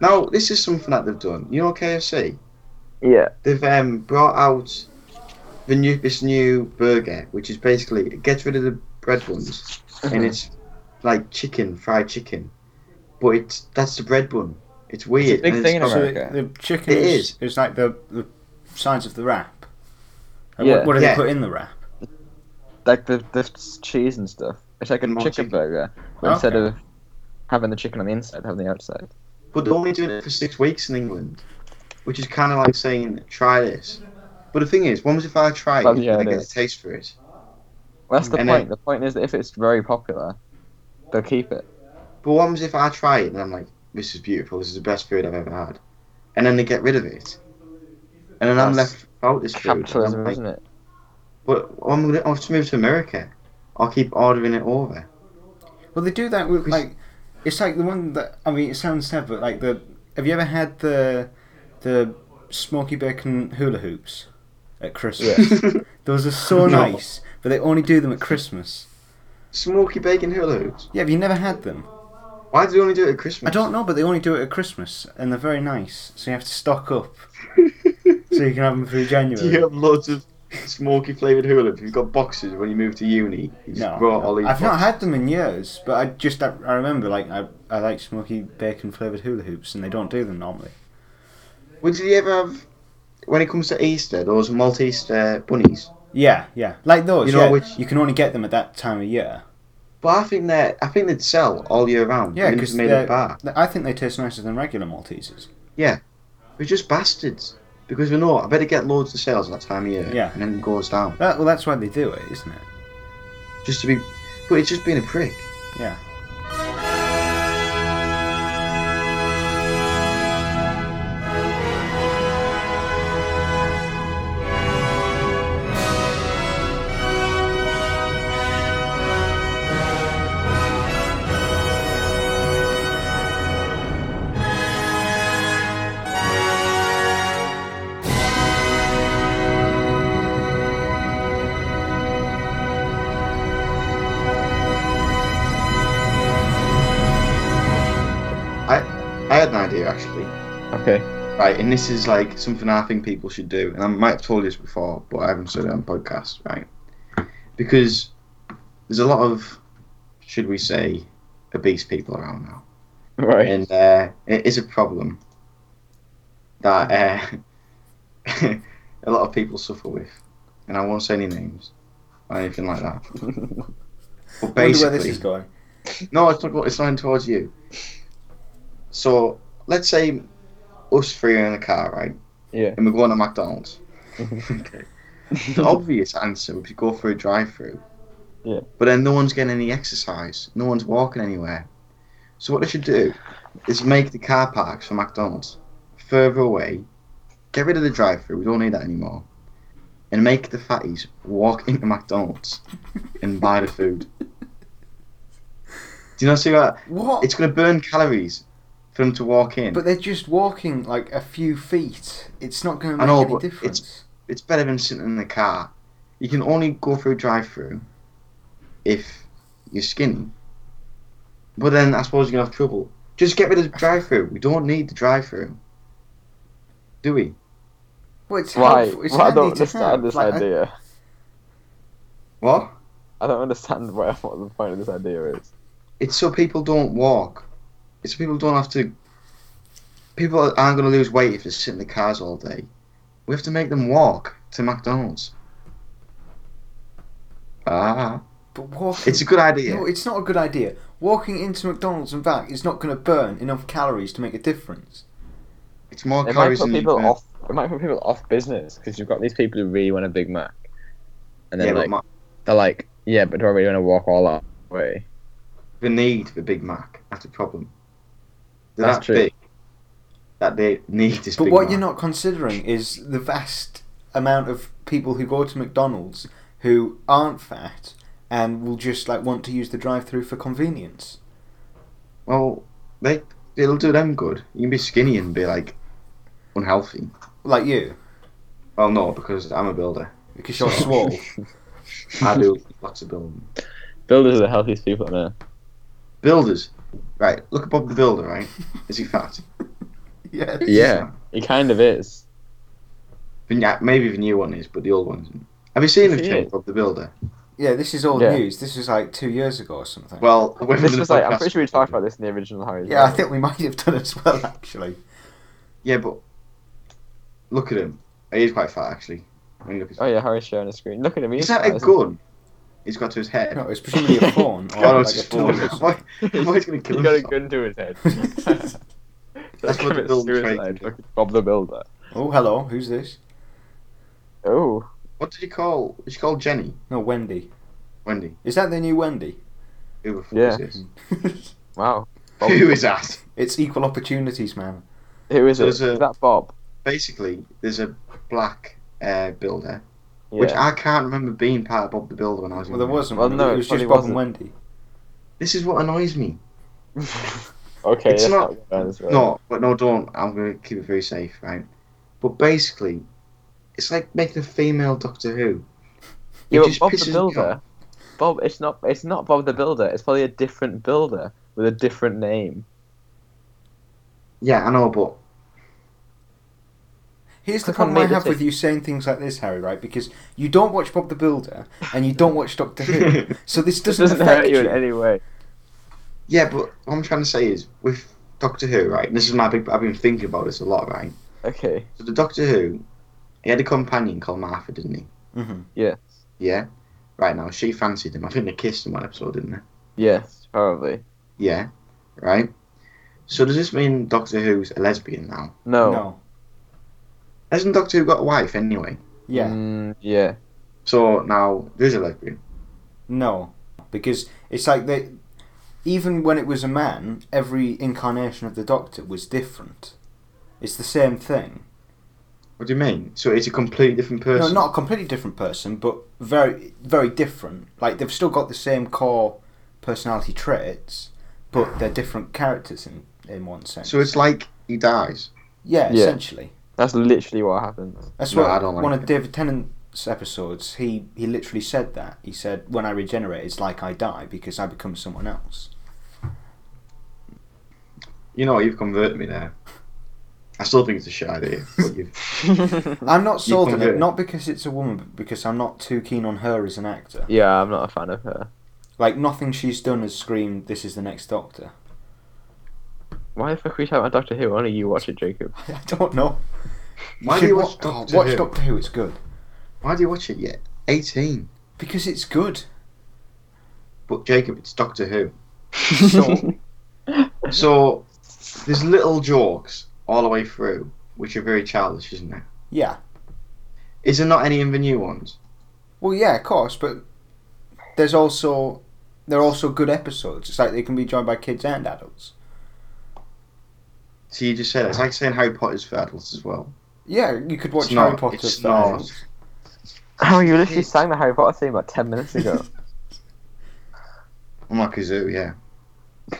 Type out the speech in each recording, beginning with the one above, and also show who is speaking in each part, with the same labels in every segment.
Speaker 1: Now, this is something that they've done. You know KFC?
Speaker 2: Yeah.
Speaker 1: They've um, brought out the new this new burger, which is basically it gets rid of the bread ones, and
Speaker 2: Mhm.
Speaker 1: it's like chicken, fried chicken, but it's that's the bread bun. It's weird.
Speaker 2: big
Speaker 1: and
Speaker 2: thing in
Speaker 1: got-
Speaker 2: America.
Speaker 3: So the, the chicken
Speaker 1: It
Speaker 3: is,
Speaker 1: is.
Speaker 3: is like the the size of the wrap. And
Speaker 2: Yeah.
Speaker 3: What, what do
Speaker 1: Yeah.
Speaker 3: they put in the wrap?
Speaker 2: Like the the cheese and stuff. It's like a
Speaker 1: More
Speaker 2: chicken,
Speaker 1: chicken.
Speaker 2: burger, but
Speaker 3: Okay.
Speaker 2: instead of having the chicken on the inside, having the outside.
Speaker 1: But they're only doing it for six weeks in England, which is kind of like saying try this. But the thing is, when was if I try it
Speaker 2: Well, yeah,
Speaker 1: and I
Speaker 2: it
Speaker 1: get
Speaker 2: is.
Speaker 1: a taste for it?
Speaker 2: Well, that's the
Speaker 1: And
Speaker 2: point.
Speaker 1: then-
Speaker 2: The point is that if it's very popular, they'll keep it.
Speaker 1: But what happens if I try it and I'm like, this is beautiful, this is the best food I've ever had, and then they get rid of it, and then I'm
Speaker 2: That's
Speaker 1: left without this food. and I'm
Speaker 2: Capitalism,
Speaker 1: like,
Speaker 2: isn't it?
Speaker 1: But I'm gonna I'll have to move to America. I'll keep ordering it over.
Speaker 3: Well, they do that with
Speaker 1: Cause-
Speaker 3: like it's like the one that I mean it sounds sad, but like the have you ever had the the smoky bacon hula hoops at Christmas? Those are so
Speaker 1: No.
Speaker 3: nice, but they only do them at Christmas.
Speaker 1: Smoky bacon hula hoops.
Speaker 3: Yeah, have you never had them?
Speaker 1: Why do they only do it at Christmas?
Speaker 3: I don't know, but they only do it at Christmas, and they're very nice. So you have to stock up so you can have them through
Speaker 1: do
Speaker 3: January.
Speaker 1: you have loads of smoky flavoured hula hoops? You've got boxes when you move to uni. You just
Speaker 3: No,
Speaker 1: brought all
Speaker 3: no.
Speaker 1: these
Speaker 3: I've not
Speaker 1: boxes.
Speaker 3: had them in years, but I just I, I remember like I I like smoky bacon flavored hula hoops, and they don't do them normally.
Speaker 1: Would you ever have when it comes to Easter those Maltese uh, bunnies?
Speaker 3: Yeah, yeah, like those.
Speaker 1: You know
Speaker 3: yeah.
Speaker 1: which-
Speaker 3: you can only get them at that time of year.
Speaker 1: But I think they are I think they'd sell all year round.
Speaker 3: Yeah,
Speaker 1: even if
Speaker 3: because
Speaker 1: they made a bar.
Speaker 3: I think they taste nicer than regular Maltesers.
Speaker 1: We're just bastards because we know I better get loads of sales at that time of year.
Speaker 3: Yeah.
Speaker 1: and then it goes down
Speaker 3: That, well, that's why they do it, isn't it?
Speaker 1: just to be. But it's just being a prick.
Speaker 3: Yeah.
Speaker 1: I had an idea actually.
Speaker 2: Okay.
Speaker 1: Right, and this is like something I think people should do, and I might have told you this before, but I haven't said it on podcast, right? Because there's a lot of, should we say, obese people around now,
Speaker 2: Right.
Speaker 1: and uh, it is a problem that uh, a lot of people suffer with, and I won't say any names or anything like that. But
Speaker 3: I wonder
Speaker 1: basically,
Speaker 3: where this is going.
Speaker 1: no, it's not. go- It's not towards you. So let's say us three are in a car, right?
Speaker 2: Yeah.
Speaker 1: And we're going to McDonald's. okay. The obvious answer would be go for a drive-through.
Speaker 2: Yeah.
Speaker 1: But then no one's getting any exercise. No one's walking anywhere. So what they should do is make the car parks for McDonald's further away. Get rid of the drive-through. We don't need that anymore. And make the fatties walk into McDonald's and buy the food. Do you not see that?
Speaker 3: What?
Speaker 1: It's going to burn calories for them to walk in.
Speaker 3: But they're just walking like a few feet. It's not going to
Speaker 1: I
Speaker 3: make
Speaker 1: know,
Speaker 3: any
Speaker 1: but it's-
Speaker 3: difference.
Speaker 1: it's better than sitting in the car. You can only go through drive-through if you're skinny. But then I suppose you're going to have trouble. Just get rid of the drive-through. We don't need the drive-through. Do we?
Speaker 3: Well, it's
Speaker 2: Why?
Speaker 3: helpful. It's
Speaker 2: Well, I
Speaker 3: handy
Speaker 2: don't
Speaker 3: to have.
Speaker 2: understand this
Speaker 3: Like, I-
Speaker 2: idea.
Speaker 1: What?
Speaker 2: I don't understand what, what the point of this idea is.
Speaker 1: It's so people don't walk. It's so people don't have to... People aren't going to lose weight if they sit in the cars all day. We have to make them walk to McDonald's. Ah.
Speaker 3: But walking,
Speaker 1: It's a good idea.
Speaker 3: No, it's not a good idea. Walking into McDonald's and back is not going to burn enough calories to make a difference.
Speaker 1: It's more
Speaker 2: It might
Speaker 1: calories
Speaker 2: put
Speaker 1: than you
Speaker 2: people
Speaker 1: burn.
Speaker 2: off. It might put people off business because you've got these people who really want a Big Mac, and then
Speaker 1: yeah,
Speaker 2: like
Speaker 1: but my,
Speaker 2: they're like, yeah, but do I really want to walk all that way?
Speaker 1: the need for Big Mac. That's a problem. They're
Speaker 2: That's
Speaker 1: that
Speaker 2: true.
Speaker 1: big that they need this.
Speaker 3: But
Speaker 1: Big
Speaker 3: what
Speaker 1: Mac.
Speaker 3: you're not considering is the vast amount of people who go to McDonald's who aren't fat and will just like want to use the drive-through for convenience.
Speaker 1: Well, they it'll do them good. You can be skinny and be like unhealthy.
Speaker 3: Like you,
Speaker 1: Well, no, because I'm a builder.
Speaker 3: because you're swole.
Speaker 1: I do lots of building.
Speaker 2: Builders are the healthiest people on earth.
Speaker 1: Builders, right? Look at Bob the Builder. Right? Is he fat?
Speaker 3: yeah.
Speaker 4: Yeah, it kind of is.
Speaker 1: The new- Maybe the new one is, but the old one isn't. Have you seen
Speaker 4: Yes,
Speaker 1: of
Speaker 4: it
Speaker 1: Jacob the Builder?
Speaker 3: Yeah, this is old
Speaker 4: Yeah.
Speaker 3: news. This was like two years ago or something.
Speaker 1: Well, the women
Speaker 4: This
Speaker 1: in the
Speaker 4: was like I'm
Speaker 1: podcast-
Speaker 4: pretty sure we talked about this in the original Harry.
Speaker 3: yeah, I think we might have done as well, actually.
Speaker 1: Yeah, but look at him. He is quite fat, actually. When you look at
Speaker 4: Oh yeah, Harry's sharing a screen. Look at him.
Speaker 1: is
Speaker 4: he's
Speaker 1: that
Speaker 4: fat,
Speaker 1: a
Speaker 4: isn't he?
Speaker 1: gun? He's got to his head.
Speaker 3: No, it's presumably a phone. Or
Speaker 1: Oh, no,
Speaker 3: like
Speaker 1: it's
Speaker 3: a
Speaker 1: his
Speaker 3: tool or
Speaker 1: phone.
Speaker 3: something.
Speaker 1: Why- He's gonna kill
Speaker 4: He's got a
Speaker 1: himself.
Speaker 4: gun to his head.
Speaker 1: That's what the
Speaker 4: Commit
Speaker 1: builder's trying to
Speaker 4: suicide.
Speaker 1: do.
Speaker 4: Fucking Bob the Builder.
Speaker 3: oh, hello. Who's this?
Speaker 4: Oh,
Speaker 1: What did you call? Did you call Jenny?
Speaker 3: No, Wendy.
Speaker 1: Wendy?
Speaker 3: Is that the new Wendy?
Speaker 1: Who the fuck
Speaker 4: Yeah.
Speaker 1: is this?
Speaker 4: wow. Bob,
Speaker 1: Who is that?
Speaker 3: it's equal opportunities, man.
Speaker 4: who is it?
Speaker 1: There's
Speaker 4: Is
Speaker 1: a-
Speaker 4: that Bob?
Speaker 1: Basically, there's a black uh, builder,
Speaker 4: Yeah.
Speaker 1: which I can't remember being part of Bob the Builder when I was.
Speaker 3: Well, there
Speaker 1: younger.
Speaker 3: wasn't.
Speaker 4: Well,
Speaker 3: one.
Speaker 4: no,
Speaker 3: it
Speaker 4: it
Speaker 3: was just
Speaker 4: probably
Speaker 3: Bob and
Speaker 4: wasn't.
Speaker 3: Wendy.
Speaker 1: This is what annoys me.
Speaker 4: okay,
Speaker 1: It's
Speaker 4: that's
Speaker 1: not-
Speaker 4: what that is, right.
Speaker 1: No, but no, don't. I'm gonna keep it very safe, right? But basically, it's like making a female Doctor Who. It
Speaker 4: Yeah, but
Speaker 1: just
Speaker 4: Bob the
Speaker 1: pisses me
Speaker 4: Builder.
Speaker 1: off.
Speaker 4: Bob, it's not. It's not Bob the Builder. It's probably a different builder with a different name.
Speaker 1: Yeah, I know, but
Speaker 3: Here's the
Speaker 4: Click on
Speaker 3: problem I
Speaker 4: Made the
Speaker 3: have with
Speaker 4: Tick.
Speaker 3: you saying things like this, Harry, right? Because you don't watch Bob the Builder and you don't watch Doctor Who. so this
Speaker 4: This
Speaker 3: doesn't,
Speaker 4: doesn't
Speaker 3: affect
Speaker 4: hurt you in any way.
Speaker 1: yeah, but what I'm trying to say is with Doctor Who, right? And this is my big. I've been thinking about this a lot, right?
Speaker 4: Okay.
Speaker 1: So the Doctor Who, he had a companion called Martha, didn't he?
Speaker 3: hmm
Speaker 4: Yes.
Speaker 1: Yeah. Right now, she fancied him. I think they kissed in one episode, didn't they?
Speaker 4: Yes. Probably.
Speaker 1: Yeah. Right. So does this mean Doctor Who's a lesbian now?
Speaker 4: No.
Speaker 3: No.
Speaker 1: Hasn't Doctor Who got a wife anyway?
Speaker 3: Yeah.
Speaker 4: Mm, yeah.
Speaker 1: So now there's a lesbian.
Speaker 4: Mm-hmm.
Speaker 3: No, because it's like they, even when it was a man, every incarnation of the Doctor was different. It's the same thing.
Speaker 1: What do you mean? So it's a completely different person.
Speaker 3: No, not a completely different person, but very, very different. Like they've still got the same core personality traits, but they're different characters in in one sense.
Speaker 1: So it's like he dies.
Speaker 3: yeah,
Speaker 4: Yeah.
Speaker 3: essentially.
Speaker 4: That's literally what happens.
Speaker 3: That's
Speaker 1: No,
Speaker 3: what
Speaker 1: I don't like
Speaker 3: one of
Speaker 1: it.
Speaker 3: David Tennant's episodes. He he literally said that. He said, "When I regenerate, it's like I die because I become someone else."
Speaker 1: You know, you've converted me there. I still think it's a shit idea. But you've...
Speaker 3: I'm not
Speaker 1: Mm. You
Speaker 3: sold
Speaker 1: can
Speaker 3: on
Speaker 1: do
Speaker 3: it,
Speaker 1: it.
Speaker 3: not because it's a woman, but because I'm not too keen on her as an actor.
Speaker 4: yeah, I'm not a fan of her.
Speaker 3: Like nothing she's done has screamed, "This is the next Doctor."
Speaker 4: Why the fuck are we talking about Doctor Who? Only you watch it, Jacob.
Speaker 3: I don't know.
Speaker 1: Why do
Speaker 3: should
Speaker 1: you
Speaker 3: wa-
Speaker 1: watch Doctor
Speaker 3: watch
Speaker 1: Who?
Speaker 3: Doctor Who? It's good
Speaker 1: Why do you watch it yet? 18.
Speaker 3: because it's good.
Speaker 1: But Jacob, it's Doctor Who. So
Speaker 3: So-
Speaker 1: there's little jokes all the way through, which are very childish, isn't there?
Speaker 3: Yeah.
Speaker 1: Is there not any in the new ones?
Speaker 3: Well, yeah, of course, but there's also there are also good episodes. It's like they can be joined by kids and adults.
Speaker 1: So you just said it's like saying Harry Potter's for adults as well.
Speaker 3: Yeah, you could watch
Speaker 1: It's
Speaker 3: Harry
Speaker 1: not,
Speaker 3: Potter.
Speaker 1: it's
Speaker 3: for
Speaker 1: not.
Speaker 3: adults.
Speaker 4: oh, you literally sang the Harry Potter theme about ten minutes ago.
Speaker 1: I'm like a zoo, yeah.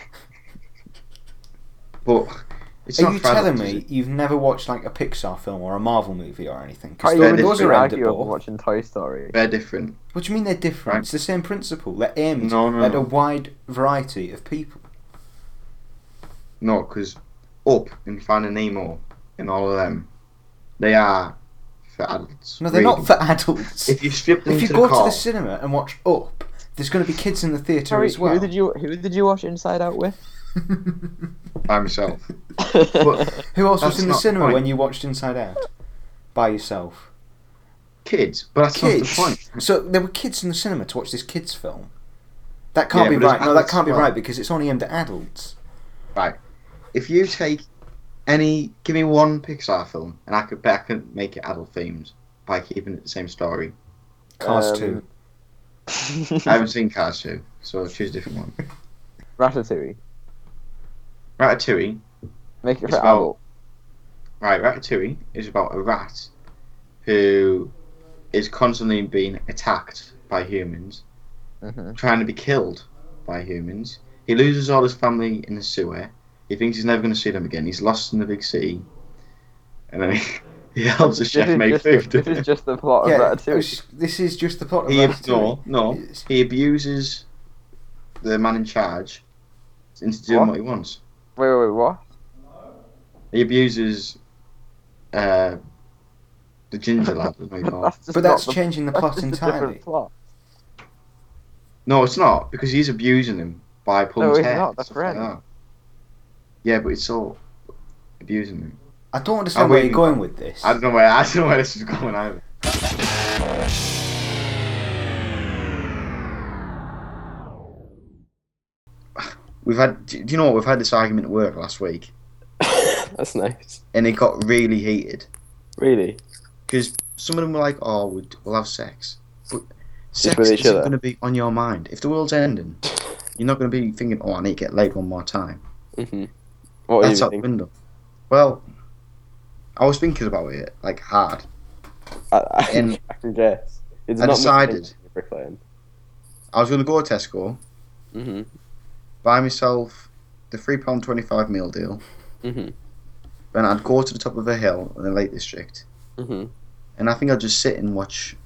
Speaker 1: But it's
Speaker 3: Are
Speaker 1: not
Speaker 3: you
Speaker 1: for
Speaker 3: telling
Speaker 1: adults, is
Speaker 3: me
Speaker 1: it?
Speaker 3: you've never watched like a Pixar film or a Marvel movie or anything? 'Cause
Speaker 4: Can't
Speaker 1: they're
Speaker 4: even
Speaker 1: different.
Speaker 4: those
Speaker 3: those are
Speaker 4: arguable
Speaker 3: endable.
Speaker 4: watching Toy Story.
Speaker 1: They're different.
Speaker 3: What do you mean they're different?
Speaker 1: Right.
Speaker 3: It's the same principle. They're aimed
Speaker 1: No, no,
Speaker 3: at
Speaker 1: no.
Speaker 3: a wide variety of people.
Speaker 1: No, because Up and Finding Nemo and all of them, they are for adults.
Speaker 3: No, they're
Speaker 1: really.
Speaker 3: not for adults.
Speaker 1: If you strip them
Speaker 3: If you
Speaker 1: to
Speaker 3: go
Speaker 1: the
Speaker 3: to
Speaker 1: core,
Speaker 3: the cinema and watch Up, there's going to be kids in the theatre
Speaker 4: Sorry,
Speaker 3: as well.
Speaker 4: who did you who did you watch Inside Out with?
Speaker 1: by myself. But-
Speaker 3: Who else was
Speaker 1: That's
Speaker 3: in the
Speaker 1: not the
Speaker 3: cinema
Speaker 1: point.
Speaker 3: when you watched Inside Out by yourself?
Speaker 1: Kids, but that's
Speaker 3: Kids.
Speaker 1: not the point.
Speaker 3: So there were kids in the cinema to watch this kids film. That can't
Speaker 1: Yeah,
Speaker 3: be
Speaker 1: but there's
Speaker 3: right. No, that
Speaker 1: adults
Speaker 3: can't be
Speaker 1: as well.
Speaker 3: right because it's only aimed at adults.
Speaker 1: If you take any, give me one Pixar film, and I could bet I could make it adult themed by keeping it the same story.
Speaker 3: Cars
Speaker 4: Um,
Speaker 3: two.
Speaker 1: I haven't seen Cars 2, so choose a different one.
Speaker 4: Ratatouille.
Speaker 1: Ratatouille.
Speaker 4: Make it
Speaker 1: It's
Speaker 4: for
Speaker 1: about-
Speaker 4: adult.
Speaker 1: Right, Ratatouille is about a rat who is constantly being attacked by humans,
Speaker 4: hmm
Speaker 1: trying to be killed by humans. He loses all his family in the sewer. He thinks he's never going to see them again. He's lost in the big sea. And then he, he helps a chef
Speaker 4: this, is
Speaker 1: make
Speaker 4: just
Speaker 1: food.
Speaker 4: the, this is just the plot of
Speaker 3: Yeah,
Speaker 4: Ratatouille.
Speaker 3: this is just the plot of
Speaker 1: he,
Speaker 3: Ratatouille.
Speaker 1: no, no.
Speaker 3: It's-
Speaker 1: He abuses the man in charge into doing
Speaker 4: What?
Speaker 1: what he wants.
Speaker 4: Wait, wait, wait, what?
Speaker 1: He abuses uh, the ginger lad. doesn't he, Paul?
Speaker 2: That's just
Speaker 3: But that's
Speaker 2: not the-
Speaker 3: changing the
Speaker 2: that's
Speaker 3: plot
Speaker 2: just a
Speaker 3: entirely.
Speaker 2: different plot.
Speaker 1: no, it's not because he's abusing him by pulling
Speaker 2: No,
Speaker 1: his
Speaker 2: he's
Speaker 1: hair.
Speaker 2: not,
Speaker 1: and
Speaker 2: that's
Speaker 1: stuff like
Speaker 2: Ren.
Speaker 1: that. Yeah, but it's all abusing him.
Speaker 3: I don't understand
Speaker 1: I'm
Speaker 3: where you're
Speaker 1: waiting.
Speaker 3: going with this.
Speaker 1: I don't know where I don't know where this is going either. We've had. Do do you know what? We've had this argument at work last week,
Speaker 4: That's nice.
Speaker 1: and it got really heated
Speaker 4: Really?
Speaker 1: because some of them were like, "Oh, we'll, we'll have sex," but sex
Speaker 4: with each
Speaker 1: isn't
Speaker 4: other.
Speaker 1: going to be on your mind. If the world's ending, you're not going to be thinking, "Oh, I need to get laid one more time."
Speaker 4: Mm-hmm. What were you
Speaker 1: That's out the
Speaker 4: thinking?
Speaker 1: window. Well, I was thinking about it like hard.
Speaker 4: I, I,
Speaker 1: in-
Speaker 4: I can guess. It's
Speaker 1: I
Speaker 4: not much
Speaker 1: decided-
Speaker 4: different than Brick Lane.
Speaker 1: I was going to go to Tesco,
Speaker 4: Mm-hmm.
Speaker 1: buy myself the three pound twenty five meal deal.
Speaker 4: Mm-hmm.
Speaker 1: Then I'd go to the top of a hill in the Lake District,
Speaker 4: Mm-hmm.
Speaker 1: and I think I'd just sit and watch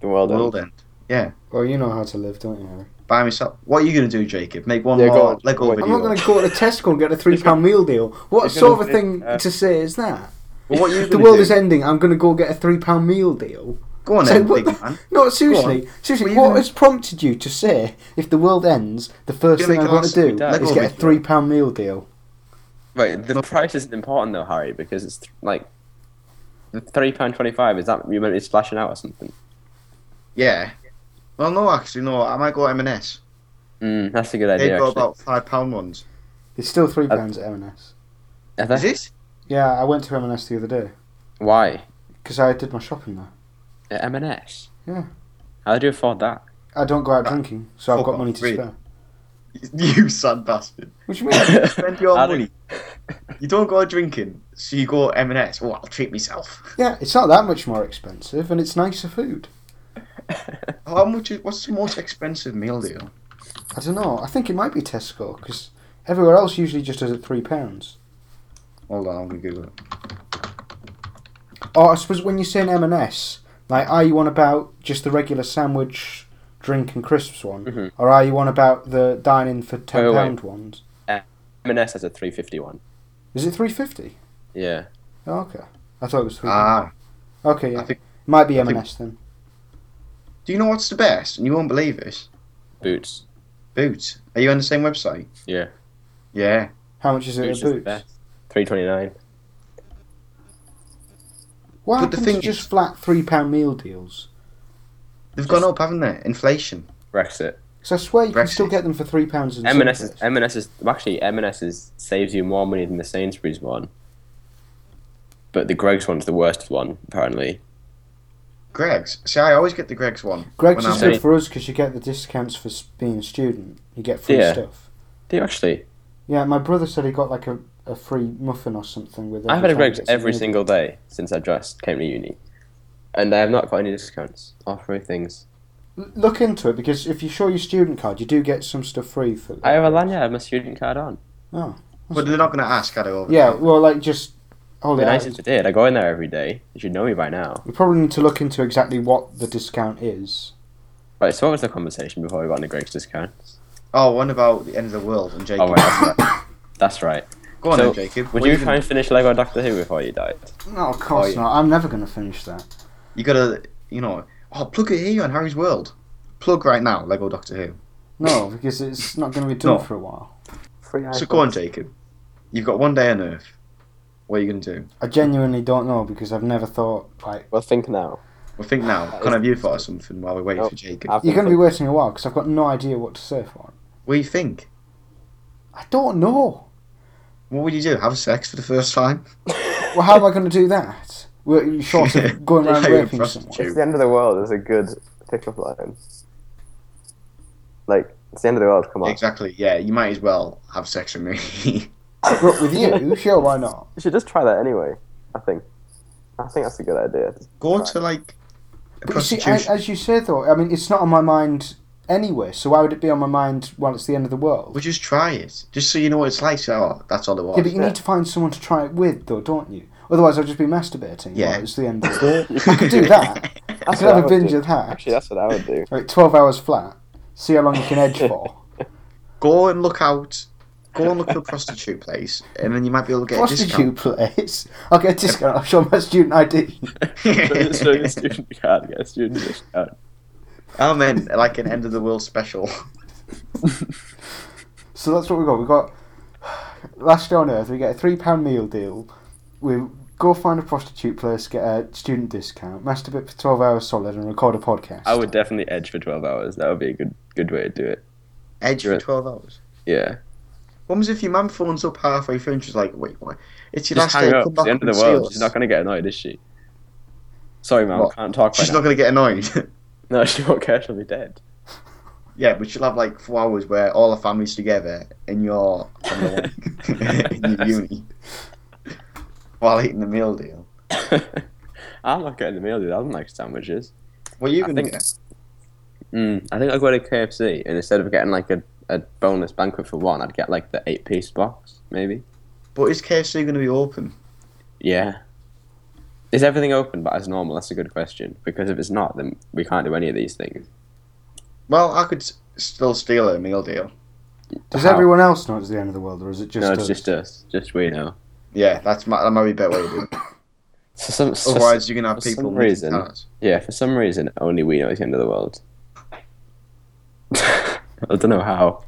Speaker 4: The world
Speaker 1: World
Speaker 4: ends.
Speaker 1: End Yeah,
Speaker 3: Well, you know how to live, don't you, Harry?
Speaker 1: by myself. What are you gonna do, Jacob? Make one
Speaker 4: Yeah, go
Speaker 1: more
Speaker 4: on.
Speaker 1: Lego
Speaker 4: Wait,
Speaker 1: video.
Speaker 3: I'm not going to go to Tesco and get a three pound meal deal. What
Speaker 4: You're
Speaker 3: sort
Speaker 4: gonna
Speaker 3: of a thing
Speaker 4: think, uh,
Speaker 3: to say is that?
Speaker 1: Well, what are you
Speaker 3: The
Speaker 1: gonna
Speaker 3: world
Speaker 1: do?
Speaker 3: is ending. I'm going to go get a three pound meal deal.
Speaker 1: Go on,
Speaker 3: Say,
Speaker 1: then,
Speaker 3: what
Speaker 1: big
Speaker 3: the-
Speaker 1: man.
Speaker 3: No, seriously,
Speaker 1: What
Speaker 3: seriously,
Speaker 1: are you
Speaker 3: what
Speaker 1: gonna-
Speaker 3: has prompted you to say if the world ends, the first
Speaker 1: You're
Speaker 3: thing
Speaker 1: gonna make
Speaker 3: I want
Speaker 1: us-
Speaker 3: to do
Speaker 4: Lego
Speaker 3: is get a
Speaker 1: video.
Speaker 3: three pound meal deal?
Speaker 4: Wait, the price isn't important though, Harry, because it's th- like the three pound twenty-five. Is that you meant to be splashing out or something?
Speaker 1: Yeah. Well, no, actually, no. I might go M and S.
Speaker 4: Mm, that's a good
Speaker 1: They
Speaker 4: idea.
Speaker 1: go
Speaker 4: Actually.
Speaker 1: about five pound ones.
Speaker 3: It's still three
Speaker 4: Uh,
Speaker 3: pounds at M&S.
Speaker 4: Are they-
Speaker 1: Is it?
Speaker 3: Yeah, I went to M&S the other day
Speaker 4: Why?
Speaker 3: because I did my shopping there.
Speaker 4: At M&S.
Speaker 3: Yeah.
Speaker 4: How do you afford that?
Speaker 3: I don't go out
Speaker 1: Ah,
Speaker 3: drinking, so I've
Speaker 1: fuck
Speaker 3: got
Speaker 1: off,
Speaker 3: money to
Speaker 1: really.
Speaker 3: spare.
Speaker 1: You sad bastard.
Speaker 3: What do you mean?
Speaker 1: Spend your
Speaker 4: How do-
Speaker 1: money. You don't go out drinking, so you go M and S. Oh, I'll treat myself.
Speaker 3: yeah, it's not that much more expensive, and it's nicer food.
Speaker 1: How much? Is, what's the most expensive meal deal?
Speaker 3: I don't know. I think it might be Tesco because everywhere else usually just does it three pounds.
Speaker 1: Hold on, I'm gonna Google it.
Speaker 3: Or Oh, I suppose when you're saying M&S, like are you on about just the regular sandwich, drink and crisps one,
Speaker 4: Mhm.
Speaker 3: or are you on about the dining for ten
Speaker 4: wait.
Speaker 3: pound ones?
Speaker 4: M&S has a three fifty one.
Speaker 3: Is it three fifty?
Speaker 4: Yeah.
Speaker 3: Oh, okay, I thought it was three.
Speaker 4: Uh,
Speaker 1: Ah,
Speaker 3: okay, yeah,
Speaker 1: I think.
Speaker 3: might be
Speaker 1: I think-
Speaker 3: M&S then.
Speaker 1: Do you know what's the best? And you won't believe this.
Speaker 4: Boots.
Speaker 1: Boots. Are you on the same website?
Speaker 4: Yeah.
Speaker 1: Yeah.
Speaker 3: How much is it
Speaker 4: Boots
Speaker 3: at
Speaker 4: is the
Speaker 3: Boots?
Speaker 4: best. Three twenty nine.
Speaker 3: What
Speaker 1: But the
Speaker 3: happened
Speaker 1: thing
Speaker 3: to just flat three pound meal deals?
Speaker 1: They've gone up, haven't they? Inflation.
Speaker 4: Brexit.
Speaker 3: Because I swear you can still
Speaker 1: Brexit.
Speaker 3: get them for three pounds. in some
Speaker 4: M&S is,
Speaker 3: places.
Speaker 4: M&S is well, actually M&S is, saves you more money than the Sainsbury's one. But the Greg's one's the worst one apparently.
Speaker 1: Greg's. See, I always get the Greg's one.
Speaker 3: Greg's
Speaker 1: when
Speaker 3: is
Speaker 1: I'm-
Speaker 3: good for us because you get the discounts for s- being a student. You get free
Speaker 4: Yeah.
Speaker 3: stuff.
Speaker 4: Do you actually?
Speaker 3: Yeah, my brother said he got like a, a free muffin or something with.
Speaker 4: I've had a
Speaker 3: every time he
Speaker 4: Greg's
Speaker 3: gets a
Speaker 4: every
Speaker 3: meal.
Speaker 4: single day since I just came to uni, and I have not got any discounts or free things.
Speaker 3: L- Look into it because if you show your student card, you do get some stuff free for.
Speaker 4: I have a lanyard. I have my student card on.
Speaker 1: But they're not going to ask, are they? Over
Speaker 3: Yeah, well, like just hold
Speaker 4: It'd
Speaker 1: Oh,
Speaker 4: be
Speaker 3: it.
Speaker 4: nice
Speaker 3: Out.
Speaker 4: if they did. I go in there every day. You should know me by now.
Speaker 3: We probably need to look into exactly what the discount is.
Speaker 4: Right. So what was the conversation before we got into Greg's discounts?
Speaker 1: Oh, one about the end of the world and Jacob.
Speaker 4: Oh wait, that's right. That's right.
Speaker 1: Go on
Speaker 4: So,
Speaker 1: then, Jacob.
Speaker 4: Would
Speaker 1: What
Speaker 4: you
Speaker 1: are
Speaker 4: try
Speaker 1: gonna-
Speaker 4: and finish Lego Doctor Who before you died?
Speaker 3: No, of course
Speaker 1: Oh, yeah.
Speaker 3: not. I'm never going to finish that.
Speaker 1: You got to, you know. Oh, plug it here on Harry's World. Plug right now, Lego Doctor Who.
Speaker 3: No, because it's not going to be done
Speaker 1: No.
Speaker 3: for a while.
Speaker 1: So go on, Jacob. You've got one day on Earth. What are you going to do?
Speaker 3: I genuinely don't know because I've never thought like
Speaker 4: Well, think now.
Speaker 1: Well, think now.
Speaker 4: That
Speaker 1: Can
Speaker 4: is-
Speaker 1: I have you thought of something while we wait
Speaker 4: Oh,
Speaker 1: for Jacob?
Speaker 4: I've
Speaker 3: you're
Speaker 4: been
Speaker 3: going to be waiting a while because I've got no idea what to say for it.
Speaker 1: What do you think?
Speaker 3: I don't know.
Speaker 1: What would you do? Have sex for the first time?
Speaker 3: Well, how am I going to do that? Well, you short of going around
Speaker 1: Yeah, you're a
Speaker 3: raping someone.
Speaker 1: prostitute.
Speaker 4: It's the end of the world is a good pickup line. Like, it's the end of the world, come on.
Speaker 1: Exactly. Yeah, you might as well have sex with me.
Speaker 3: But with you, sure, why not?
Speaker 4: You should just try that anyway, I think. I think that's a good idea.
Speaker 1: Go
Speaker 4: Right.
Speaker 1: to like a
Speaker 3: But you see,
Speaker 1: prostitution.
Speaker 3: as, as you said though, I mean, it's not on my mind anyway. So why would it be on my mind while it's the end of the world?
Speaker 1: Well, just try it, just so you know what it's like. So oh, that's all it was.
Speaker 3: Yeah, but you need to find someone to try it with, though, don't you? Otherwise, I'll just be masturbating.
Speaker 1: Yeah.
Speaker 3: while it's the end of the world. I could do that. I could have a binge of that.
Speaker 4: Actually, that's what I would do.
Speaker 3: Like twelve hours flat. See how long you can edge for.
Speaker 1: Go and look out. Go and look for a prostitute place, and then you might be able to get
Speaker 3: Prostitute place. I'll get a discount. I'll show my student ID.
Speaker 1: a
Speaker 4: so the
Speaker 1: discount.
Speaker 4: student card, get a student uh, discount.
Speaker 1: I meant Oh, like an end of the world special.
Speaker 3: So that's what we got. We got last year on Earth. We get a three pound meal deal. We go find a prostitute place, get a student discount, masturbate for twelve hours solid, and record a podcast.
Speaker 4: I would definitely edge for 12 hours. That would be a good good way to do it.
Speaker 1: Edge for
Speaker 4: Right.
Speaker 1: twelve hours.
Speaker 4: Yeah.
Speaker 1: What was if your mum phones up halfway through and she's like, "Wait, what? It's your
Speaker 4: Just
Speaker 1: last day.
Speaker 4: hang up.
Speaker 1: Come
Speaker 4: It's the
Speaker 1: back
Speaker 4: end
Speaker 1: and
Speaker 4: of the
Speaker 1: see
Speaker 4: world.
Speaker 1: us."
Speaker 4: She's not going to get annoyed, is she? Sorry, mum.
Speaker 1: What?
Speaker 4: Can't talk
Speaker 1: She's
Speaker 4: right
Speaker 1: not
Speaker 4: now.
Speaker 1: going to get annoyed.
Speaker 4: No, she won't care. She'll be dead.
Speaker 1: yeah, but she'll have like four hours where all the family's together and you're on the- in your uni while eating the meal deal.
Speaker 4: I'm not getting the meal, dude. I don't like sandwiches.
Speaker 1: What are you
Speaker 4: I
Speaker 1: going to
Speaker 4: think-
Speaker 1: get?
Speaker 4: Mm, I think I'd go to KFC, and instead of getting like a, a boneless banquet for one, I'd get like the eight piece box, maybe.
Speaker 1: But is KFC going to be open?
Speaker 4: Yeah. Is everything open but as normal? That's a good question. Because if it's not, then we can't do any of these things.
Speaker 1: Well, I could s- still steal a meal deal.
Speaker 3: Does
Speaker 4: How?
Speaker 3: everyone else know it's the end of the world, or is it just?
Speaker 4: no,
Speaker 3: us?
Speaker 4: it's just us. Just we know.
Speaker 1: Yeah, that's my, that might be a better way to do it.
Speaker 4: For some, for
Speaker 1: Otherwise, you're going to have
Speaker 4: for some
Speaker 1: people. making
Speaker 4: reason-
Speaker 1: cards.
Speaker 4: Yeah, for some reason, only we know it's the end of the world. I don't know how.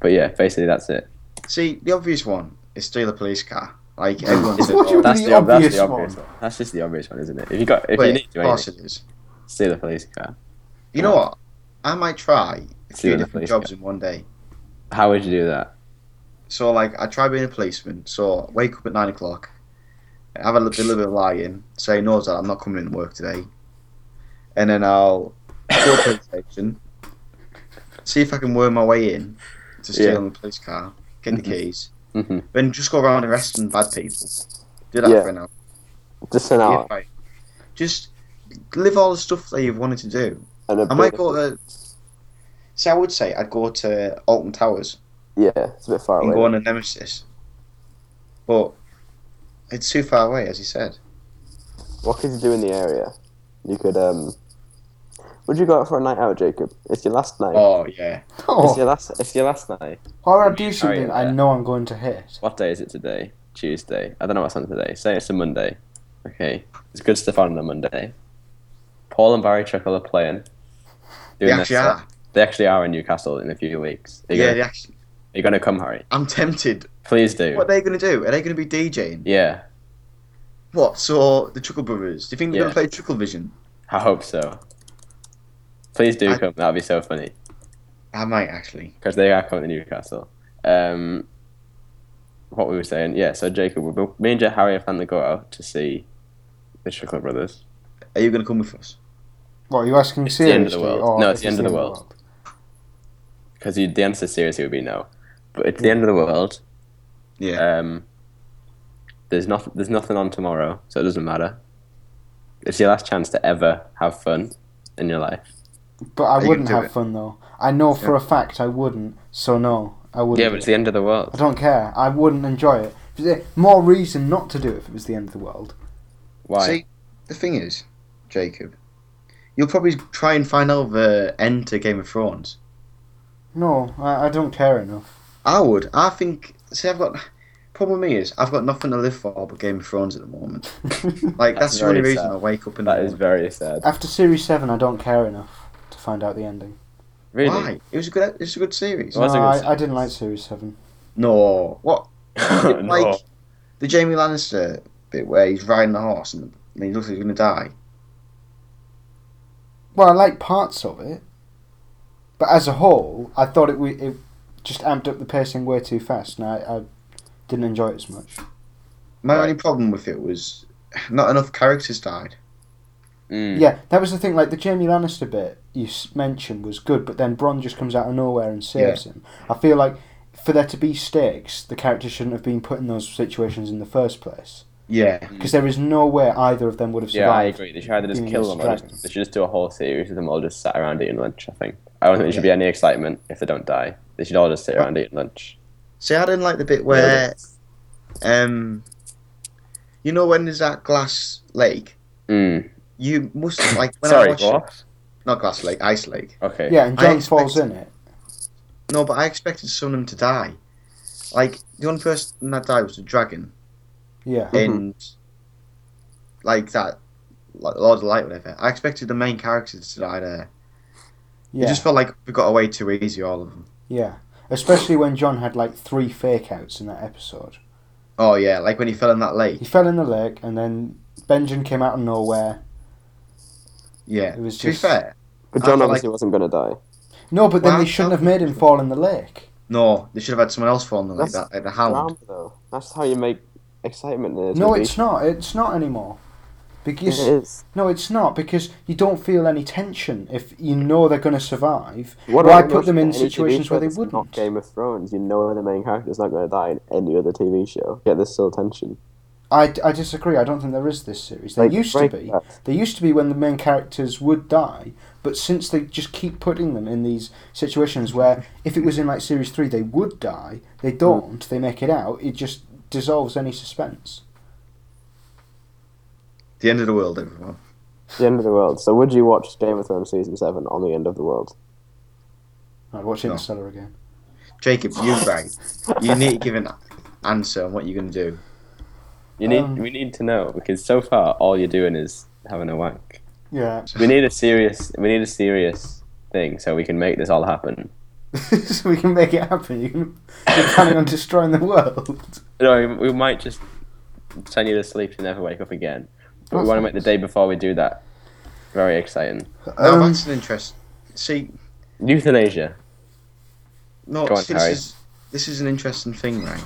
Speaker 4: But yeah, basically, that's it.
Speaker 1: See, the obvious one is steal a police car. Like everyone said,
Speaker 3: What do you
Speaker 1: oh,
Speaker 4: That's
Speaker 3: The
Speaker 4: the, ob- that's the
Speaker 3: obvious oh,
Speaker 4: obvious one. That's just the obvious one, isn't it? If you got, if
Speaker 1: wait,
Speaker 4: you need to
Speaker 1: of
Speaker 4: do
Speaker 1: course
Speaker 4: anything,
Speaker 1: it is.
Speaker 4: steal a police car.
Speaker 1: You know what? I might try a
Speaker 4: Steal
Speaker 1: few
Speaker 4: the
Speaker 1: different
Speaker 4: police
Speaker 1: jobs in one day.
Speaker 4: How would you do that?
Speaker 1: So like I try being a policeman. So wake up at nine o'clock, have a little, little bit of lying, say no, that I'm not coming in to work today, and then I'll go to the police station, see if I can worm my way in to steal
Speaker 4: Yeah.
Speaker 1: the police car, get the
Speaker 4: Mhm.
Speaker 1: keys,
Speaker 4: hmm
Speaker 1: then just go around arresting bad people. Do that
Speaker 2: Yeah.
Speaker 1: for an hour.
Speaker 2: Just
Speaker 4: Ah.
Speaker 2: an
Speaker 1: Yeah, right. Just live all the stuff that you've wanted to do.
Speaker 2: and a
Speaker 1: I might go to. See, I would say I'd go to Alton Towers.
Speaker 2: Yeah, it's a bit
Speaker 4: Oh,
Speaker 2: far
Speaker 1: and go on a nemesis. But it's too far away, as you said.
Speaker 2: What could you do in the area? You could um. Would you go out for a night out, Jacob? It's your last night.
Speaker 1: Oh yeah,
Speaker 3: Oh,
Speaker 4: It's your last. It's your last night.
Speaker 3: why would I do
Speaker 4: Sorry,
Speaker 3: something
Speaker 4: yeah.
Speaker 3: I know I'm going to hit?
Speaker 4: What day is it today? Tuesday. I don't know what's on today. Say it's a Monday. Okay. There's good stuff on on a Monday. Paul and Barry Chuckle are playing.
Speaker 1: they
Speaker 4: Doing
Speaker 1: actually
Speaker 4: their set.
Speaker 1: are.
Speaker 4: They actually are in Newcastle in a few weeks. Are you
Speaker 1: Yeah,
Speaker 4: gonna,
Speaker 1: they actually.
Speaker 4: You're gonna come, Harry.
Speaker 1: I'm tempted.
Speaker 4: Please do.
Speaker 1: What are they going to do? Are they going to be DJing?
Speaker 4: Yeah.
Speaker 1: What? So the Chuckle Brothers? Do you think they're
Speaker 4: Yeah.
Speaker 1: going to play Chuckle Vision?
Speaker 4: I hope so. Please do
Speaker 1: I-
Speaker 4: come. That'd be so funny
Speaker 1: I might actually.
Speaker 4: because they are coming to Newcastle. Um, what we were saying, yeah. So Jacob, we me and Ja- Harry are planning to go out to see the Chocolate Brothers.
Speaker 1: Are you going to come with us?
Speaker 3: What are you asking
Speaker 4: It's the end of
Speaker 3: seriously?
Speaker 4: the world.
Speaker 3: or
Speaker 4: No, it's
Speaker 3: if
Speaker 4: the end of the world. Because the answer seriously would be no. But it's the end of the world.
Speaker 1: Yeah.
Speaker 4: Um, there's not there's nothing on tomorrow, so it doesn't matter. It's your last chance to ever have fun in your life.
Speaker 3: But I
Speaker 1: you can
Speaker 3: wouldn't
Speaker 1: do
Speaker 3: have
Speaker 1: it.
Speaker 3: fun though. I know for a fact I wouldn't. So no, I wouldn't.
Speaker 4: Yeah, but it's the end of the
Speaker 3: I
Speaker 4: world.
Speaker 3: don't care. I wouldn't enjoy it. If there- More reason not to do it if it was the end of the world.
Speaker 4: Why?
Speaker 1: See, the thing is, Jacob, you'll probably try and find out the end to Game of Thrones.
Speaker 3: No, I, I don't care enough.
Speaker 1: I would. I think. See, I've got. Problem with me is I've got nothing to live for but Game of Thrones at the moment. Like that's,
Speaker 4: That's
Speaker 1: the only
Speaker 4: very
Speaker 1: reason
Speaker 4: sad.
Speaker 1: I wake up in the
Speaker 4: that
Speaker 1: morning.
Speaker 4: is very sad.
Speaker 3: After series seven, I don't care enough to find out the ending.
Speaker 4: Really?
Speaker 1: Why? It was a good. It was a good series.
Speaker 4: Well, that's
Speaker 3: no,
Speaker 4: a good
Speaker 3: I, I
Speaker 4: series.
Speaker 3: didn't like series seven.
Speaker 1: No. What?
Speaker 4: No.
Speaker 1: Like the Jamie Lannister bit where he's riding the horse and and he looks like he's gonna die.
Speaker 3: Well, I like parts of it, but as a whole, I thought it w- it just amped up the pacing way too fast, and I, I didn't enjoy it as much.
Speaker 4: Hmm.
Speaker 1: My
Speaker 4: Right.
Speaker 1: only problem with it was not enough characters died.
Speaker 4: Mm.
Speaker 3: Yeah, that was the thing. Like the Jamie Lannister bit you s- mentioned was good, but then Bronn just comes out of nowhere and saves him. I feel like for there to be stakes, the character shouldn't have been put in those situations in the first place,
Speaker 1: Yeah.
Speaker 3: because there is no way either of them would have survived.
Speaker 4: Hmm. Yeah, I agree. They should either just
Speaker 3: being
Speaker 4: kill
Speaker 3: against
Speaker 4: them or
Speaker 3: dragons.
Speaker 4: just, they should just do a whole series of them all just sat around eating lunch, I think. I don't think there should be any excitement if they don't die. They should all just sit around eating lunch.
Speaker 1: See, I didn't like the bit where um, you know when there's that glass lake.
Speaker 4: Mm.
Speaker 1: You must like when I
Speaker 4: Sorry,
Speaker 1: watched
Speaker 4: what?
Speaker 1: it- not glass lake, ice lake.
Speaker 4: Okay.
Speaker 3: Yeah, and
Speaker 1: I
Speaker 3: John
Speaker 1: expect-
Speaker 3: falls in it.
Speaker 1: No, but I expected some of them to die. Like the only person that died was the dragon,
Speaker 3: Yeah.
Speaker 1: and like that, like Lord of Light, whatever. I expected the main characters to die there.
Speaker 3: Yeah.
Speaker 1: It just felt like we got away too easy, all of them.
Speaker 3: yeah. Especially when John had like three fake outs in that episode.
Speaker 1: Oh yeah, like when he fell in that lake.
Speaker 3: He fell in the lake and then Benjamin came out of nowhere.
Speaker 1: Yeah,
Speaker 3: It was
Speaker 1: to be
Speaker 3: just-
Speaker 1: fair,
Speaker 2: But
Speaker 1: I
Speaker 2: John
Speaker 1: feel
Speaker 2: obviously wasn't going to die.
Speaker 3: No, but then
Speaker 1: Well,
Speaker 3: they shouldn't
Speaker 1: I'm-
Speaker 3: have made him fall in the lake.
Speaker 1: no, they should have had someone else fall in the lake,
Speaker 2: That's
Speaker 1: that, like the hound.
Speaker 2: Drama, though. That's how you make excitement. In a
Speaker 3: No,
Speaker 2: TV.
Speaker 3: it's not. It's not anymore.
Speaker 2: It
Speaker 3: Because
Speaker 2: is.
Speaker 3: no, it's not because you don't feel any tension if you know they're going to survive.
Speaker 2: What
Speaker 3: Why
Speaker 2: about
Speaker 3: put them in
Speaker 2: any TV
Speaker 3: situations where
Speaker 2: show
Speaker 3: they
Speaker 2: that's not
Speaker 3: wouldn't?
Speaker 2: Game of Thrones. You know the main character's not going to die in any other TV show. Yet there's still tension.
Speaker 3: I, I disagree. I don't think there is this series. There
Speaker 2: Like,
Speaker 3: used to
Speaker 2: break
Speaker 3: be.
Speaker 2: that.
Speaker 3: There used to be when the main characters would die, but since they just keep putting them in these situations where if it was in like series three they would die, they don't. They make it out. It just dissolves any suspense.
Speaker 1: The end of the world, everyone.
Speaker 2: The end of the world. So would you watch Game of Thrones season seven on the end of the world?
Speaker 3: I'd watch
Speaker 1: No.
Speaker 3: Interstellar again.
Speaker 1: Jacob, you're right. You need to give an answer on what you're gonna do.
Speaker 4: You need
Speaker 3: Um,
Speaker 4: we need to know because so far all you're doing is having a wank.
Speaker 3: Yeah.
Speaker 4: We need a serious we need a serious thing so we can make this all happen.
Speaker 3: so we can make it happen. You can, you're planning on destroying the world.
Speaker 4: No, we might just send you to sleep to never wake up again. But we
Speaker 3: That's
Speaker 4: want to make the day before we do that very exciting.
Speaker 1: No,
Speaker 3: Um,
Speaker 1: that's an interest. See,
Speaker 4: Euthanasia.
Speaker 1: no,
Speaker 4: Go on,
Speaker 1: see, this
Speaker 4: Harry.
Speaker 1: is this is an interesting thing, right?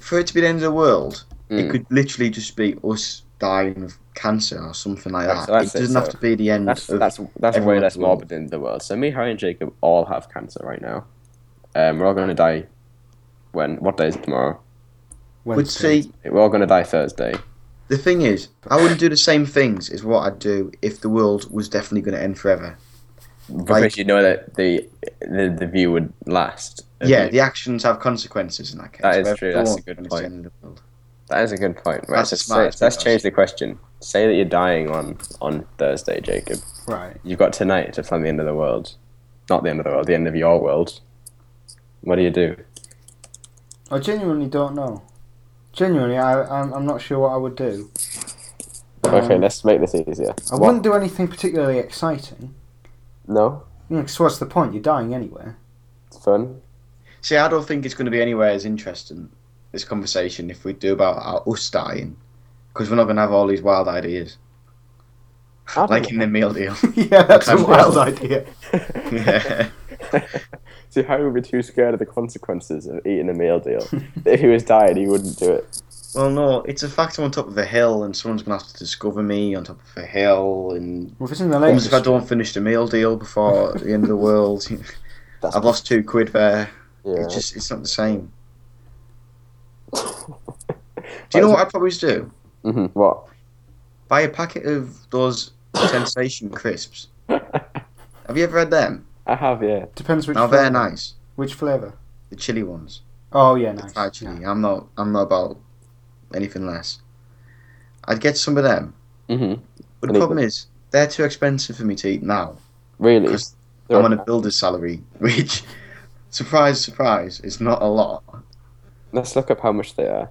Speaker 1: For it to be the end of the world, it
Speaker 4: Mm.
Speaker 1: could literally just be us dying of cancer or something like
Speaker 4: Right,
Speaker 1: that.
Speaker 4: so that's
Speaker 1: it
Speaker 4: it,
Speaker 1: doesn't have
Speaker 4: so
Speaker 1: to be the end.
Speaker 4: That's
Speaker 1: of,
Speaker 4: that's that's way
Speaker 1: everyone's
Speaker 4: less
Speaker 1: world.
Speaker 4: morbid than the world. So me, Harry, and Jacob all have cancer right now. Um, we're all going to die. When? What day is it tomorrow?
Speaker 1: But
Speaker 3: Wednesday.
Speaker 1: see,
Speaker 4: We're all going to die Thursday.
Speaker 1: the thing is, I wouldn't do the same things as what I'd do if the world was definitely going to end forever.
Speaker 4: Because you know that the, the the view would last.
Speaker 1: Yeah, the actions have consequences in that case.
Speaker 4: That is
Speaker 1: Wherever
Speaker 4: true,
Speaker 1: the
Speaker 4: that's
Speaker 1: world
Speaker 4: a good
Speaker 1: is, it's the
Speaker 4: point.
Speaker 1: end of the world.
Speaker 4: that is a good point. Right,
Speaker 1: That's
Speaker 4: so
Speaker 1: smart,
Speaker 4: say-
Speaker 1: isn't
Speaker 4: let's
Speaker 1: it?
Speaker 4: change the question. Say that you're dying on on Thursday, Jacob.
Speaker 3: Right.
Speaker 4: You've got tonight to plan the end of the world, not the end of the world, the end of your world. What do you do?
Speaker 3: I genuinely don't know. Genuinely, I, I'm, I'm not sure what I would do.
Speaker 2: okay,
Speaker 3: Um,
Speaker 2: let's make this easier.
Speaker 3: I
Speaker 2: What-
Speaker 3: wouldn't do anything particularly exciting.
Speaker 2: No,
Speaker 3: Because what's the point? You're dying anyway.
Speaker 2: it's fun.
Speaker 1: See, I don't think it's going to be anywhere as interesting this conversation if we do about our, us dying, because we're not going to have all these wild ideas,
Speaker 2: I don't
Speaker 1: like in the meal deal.
Speaker 3: yeah, that's a
Speaker 1: Okay.
Speaker 3: wild idea.
Speaker 1: yeah.
Speaker 4: See, Harry would be too scared of the consequences of eating a meal deal. if he was dying, he wouldn't do it.
Speaker 1: Well, no, it's a fact I'm on top of a hill, and someone's going to have to discover me on top of a hill, and
Speaker 3: Well, if it's in the
Speaker 1: comes if I
Speaker 3: latest,
Speaker 1: don't finish the meal deal before the end of the world.
Speaker 2: That's
Speaker 1: I've lost two quid there.
Speaker 2: Yeah.
Speaker 1: It's just, it's not the same. Do you know what I'd probably do?
Speaker 4: Mm-hmm.
Speaker 2: hmm What?
Speaker 1: Buy a packet of those sensation crisps. Have you ever had them?
Speaker 2: I have, yeah.
Speaker 3: depends which
Speaker 1: Now
Speaker 3: flavour.
Speaker 1: they're nice.
Speaker 3: Which flavour?
Speaker 1: The chili ones.
Speaker 3: Oh, yeah,
Speaker 1: The
Speaker 3: nice.
Speaker 1: fried chili. I'm not I'm not about anything less. I'd get some of them.
Speaker 2: Mm-hmm.
Speaker 1: But
Speaker 2: And
Speaker 1: the
Speaker 2: eat
Speaker 1: problem is they're too expensive for me to eat now.
Speaker 2: Really?
Speaker 1: Because I'm on a builder's salary, which surprise, surprise, is not a lot.
Speaker 2: Let's look up how much they are.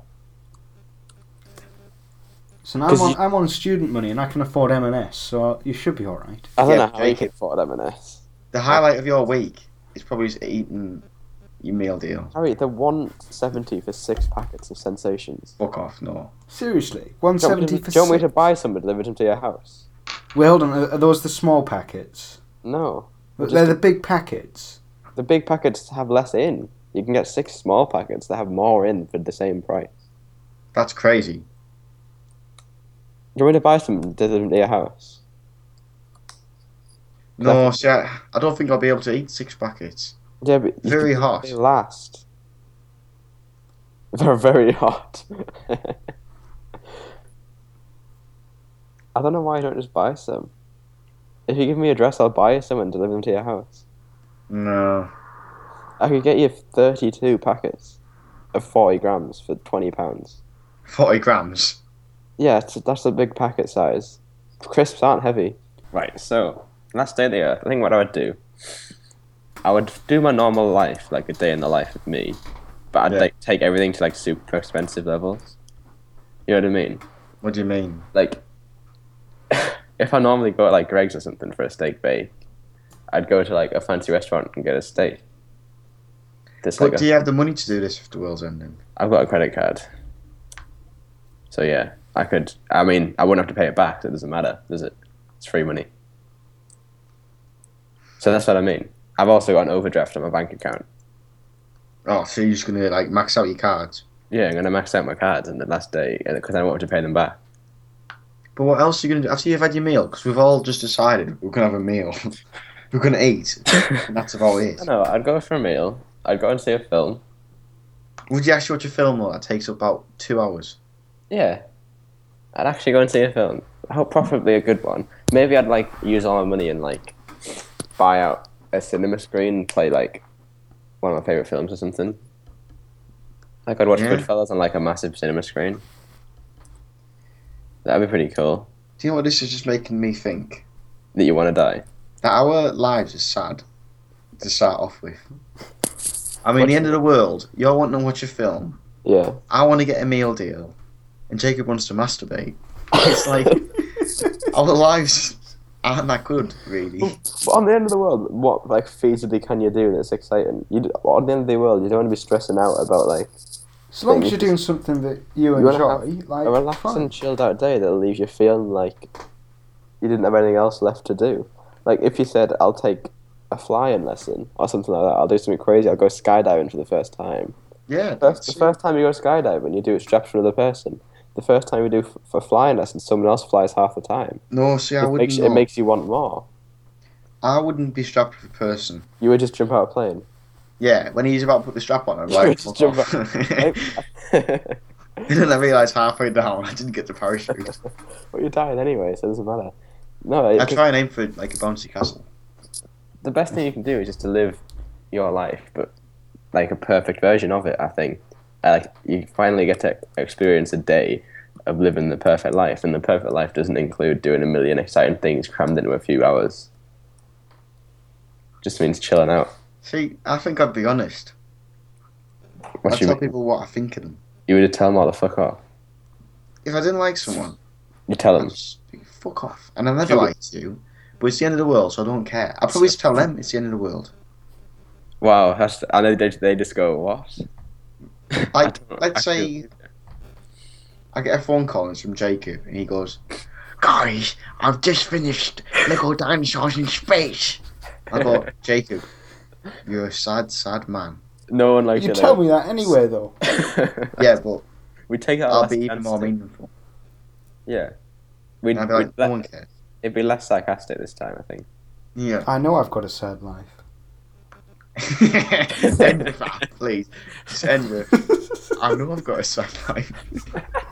Speaker 3: So now I'm
Speaker 2: 'Cause
Speaker 3: on,
Speaker 2: you-
Speaker 3: I'm on student money and I can afford M&S, so you should be alright.
Speaker 2: I don't
Speaker 1: Yeah,
Speaker 2: know how you
Speaker 1: Jake.
Speaker 2: can afford M&S.
Speaker 1: The highlight of your week is probably eating your meal deal.
Speaker 2: Harry, they're one seventy for six packets of sensations.
Speaker 1: Fuck off, no.
Speaker 3: Seriously,
Speaker 2: Do you want me
Speaker 3: 170
Speaker 2: to,
Speaker 3: for
Speaker 2: do you want me
Speaker 3: six-
Speaker 2: to buy some and deliver them to your house?
Speaker 3: Well, hold on, are, are those the small packets?
Speaker 2: No. Just
Speaker 3: They're
Speaker 2: a-
Speaker 3: the big packets.
Speaker 2: The big packets have less in. You can get six small packets that have more in for the same price.
Speaker 1: That's crazy.
Speaker 2: Do you want me to buy some and deliver them to your house?
Speaker 1: No, see, I, I don't think I'll be able to eat six packets.
Speaker 2: Yeah, but you
Speaker 1: Very
Speaker 2: can-
Speaker 1: hot.
Speaker 2: They last. They're very hot. I don't know why I don't just buy some. If you give me a dress, I'll buy you some and deliver them to your house.
Speaker 1: No.
Speaker 2: I could get you 32 packets of 40 grams for 20 pounds.
Speaker 1: 40 grams.
Speaker 2: Yeah, it's, that's a big packet size. Crisps aren't heavy.
Speaker 4: Right, so last day of the earth. I think what I would do, I would do my normal life, like a day in the life of me, but I'd
Speaker 1: Yeah.
Speaker 4: like take everything to like super expensive levels. You know what I mean?
Speaker 1: What do you mean?
Speaker 4: Like, if I normally go to like Greg's or something for a steak bake, I'd go to like a fancy restaurant and get a steak. This like
Speaker 1: But
Speaker 4: a-
Speaker 1: do you have the money to do this if the world's ending?
Speaker 4: I've got a credit card. So yeah, I could. I mean, I wouldn't have to pay it back. So it doesn't matter, does it? It's free money. So that's what I mean. I've also got an overdraft on my bank account.
Speaker 1: Oh, so you're just gonna like max out your cards.
Speaker 4: Yeah, I'm gonna max out my cards on the last day because I don't want to pay them back.
Speaker 1: But what else are you gonna do after you've had your meal? Because we've all just decided we're gonna have a meal. we're gonna eat. And that's about it.
Speaker 4: I know. I'd go for a meal. I'd go and see a film.
Speaker 1: Would you actually watch a film though? That takes about two hours.
Speaker 4: Yeah, I'd actually go and see a film. How preferably a good one. Maybe I'd like use all my money and like buy out a cinema screen and play like one of my favorite films or something. Like I'd watch
Speaker 1: Yeah.
Speaker 4: Goodfellas on like a massive cinema screen. That'd be pretty cool.
Speaker 1: Do you know what this is just making me think?
Speaker 4: That you want to die.
Speaker 1: That our lives are sad to start off with. I mean,
Speaker 4: What-
Speaker 1: the end of the world. You're wanting to watch a film.
Speaker 2: Yeah.
Speaker 1: I want to get a meal deal, and Jacob wants to masturbate. It's like our lives aren't that good, really.
Speaker 2: But on the end of the world, what like feasibly can you do that's exciting? You d- on the end of the world, you don't want to be stressing out about like
Speaker 3: As
Speaker 2: Thing
Speaker 3: long as you're
Speaker 2: is-
Speaker 3: doing something that you
Speaker 2: You wanna
Speaker 3: enjoy, like
Speaker 2: a relaxed
Speaker 3: fine.
Speaker 2: and chilled out day that leaves you feeling like you didn't have anything else left to do. Like if you said, "I'll take a flying lesson" or something like that, I'll do something crazy. I'll go skydiving for the first time.
Speaker 1: Yeah.
Speaker 2: First,
Speaker 1: that's
Speaker 2: the
Speaker 1: it.
Speaker 2: first time you go skydiving, you do it strapped to another person. The first time you do f- for flying lesson, someone else flies half the time.
Speaker 1: No, see, I
Speaker 2: it,
Speaker 1: wouldn't.
Speaker 2: makes, it
Speaker 1: know.
Speaker 2: makes you want more.
Speaker 1: I wouldn't be strapped with a person.
Speaker 2: You would just jump out of a plane.
Speaker 1: Yeah, when he's about to put the strap on, I'm like,
Speaker 2: Just
Speaker 1: fuck
Speaker 2: jump
Speaker 1: off.
Speaker 2: but
Speaker 1: and then I realised halfway down I didn't get the parachute.
Speaker 2: you're dying anyway, so it doesn't matter. No,
Speaker 1: I
Speaker 2: it,
Speaker 1: try and aim for like a bouncy castle.
Speaker 4: The best thing you can do is just to live your life, but like a perfect version of it. I think. Uh, Like you finally get to experience a day of living the perfect life, and the perfect life doesn't include doing a million exciting things crammed into a few hours. Just means chilling out.
Speaker 1: See, I think I'd be honest. I
Speaker 4: What you,
Speaker 1: tell
Speaker 4: mean?
Speaker 1: people what I think of them.
Speaker 4: you would tell them all to fuck off.
Speaker 1: If I didn't like someone,
Speaker 4: You tell
Speaker 1: I'd
Speaker 4: them.
Speaker 1: just be, fuck off. And I never
Speaker 4: Yeah, but-
Speaker 1: liked you, but it's the end of the world, so I don't care. I probably just tell them it's the end of the world.
Speaker 4: Wow, that's, I know they, they just go what? I
Speaker 1: Like,
Speaker 4: don't know,
Speaker 1: let's
Speaker 4: I
Speaker 1: say I get a phone call and it's from Jacob, and he goes, "Guys, I've just finished Lego Dinosaurs in Space." I go, Jacob, you're a sad, sad man.
Speaker 4: No one likes
Speaker 3: you
Speaker 4: it.
Speaker 3: tell me that anyway, though.
Speaker 1: Yeah, but
Speaker 4: we take our
Speaker 1: I'll
Speaker 4: last
Speaker 1: be even
Speaker 4: chance
Speaker 1: more
Speaker 4: to-
Speaker 1: meaningful.
Speaker 4: Yeah, we'd,
Speaker 1: And I'll be like,
Speaker 4: we'd
Speaker 1: no
Speaker 4: le-
Speaker 1: one cares.
Speaker 4: it'd be less sarcastic this time, I think.
Speaker 1: Yeah.
Speaker 3: I know I've got a sad life.
Speaker 1: Send with that, please. Send with. I know I've got a sad life.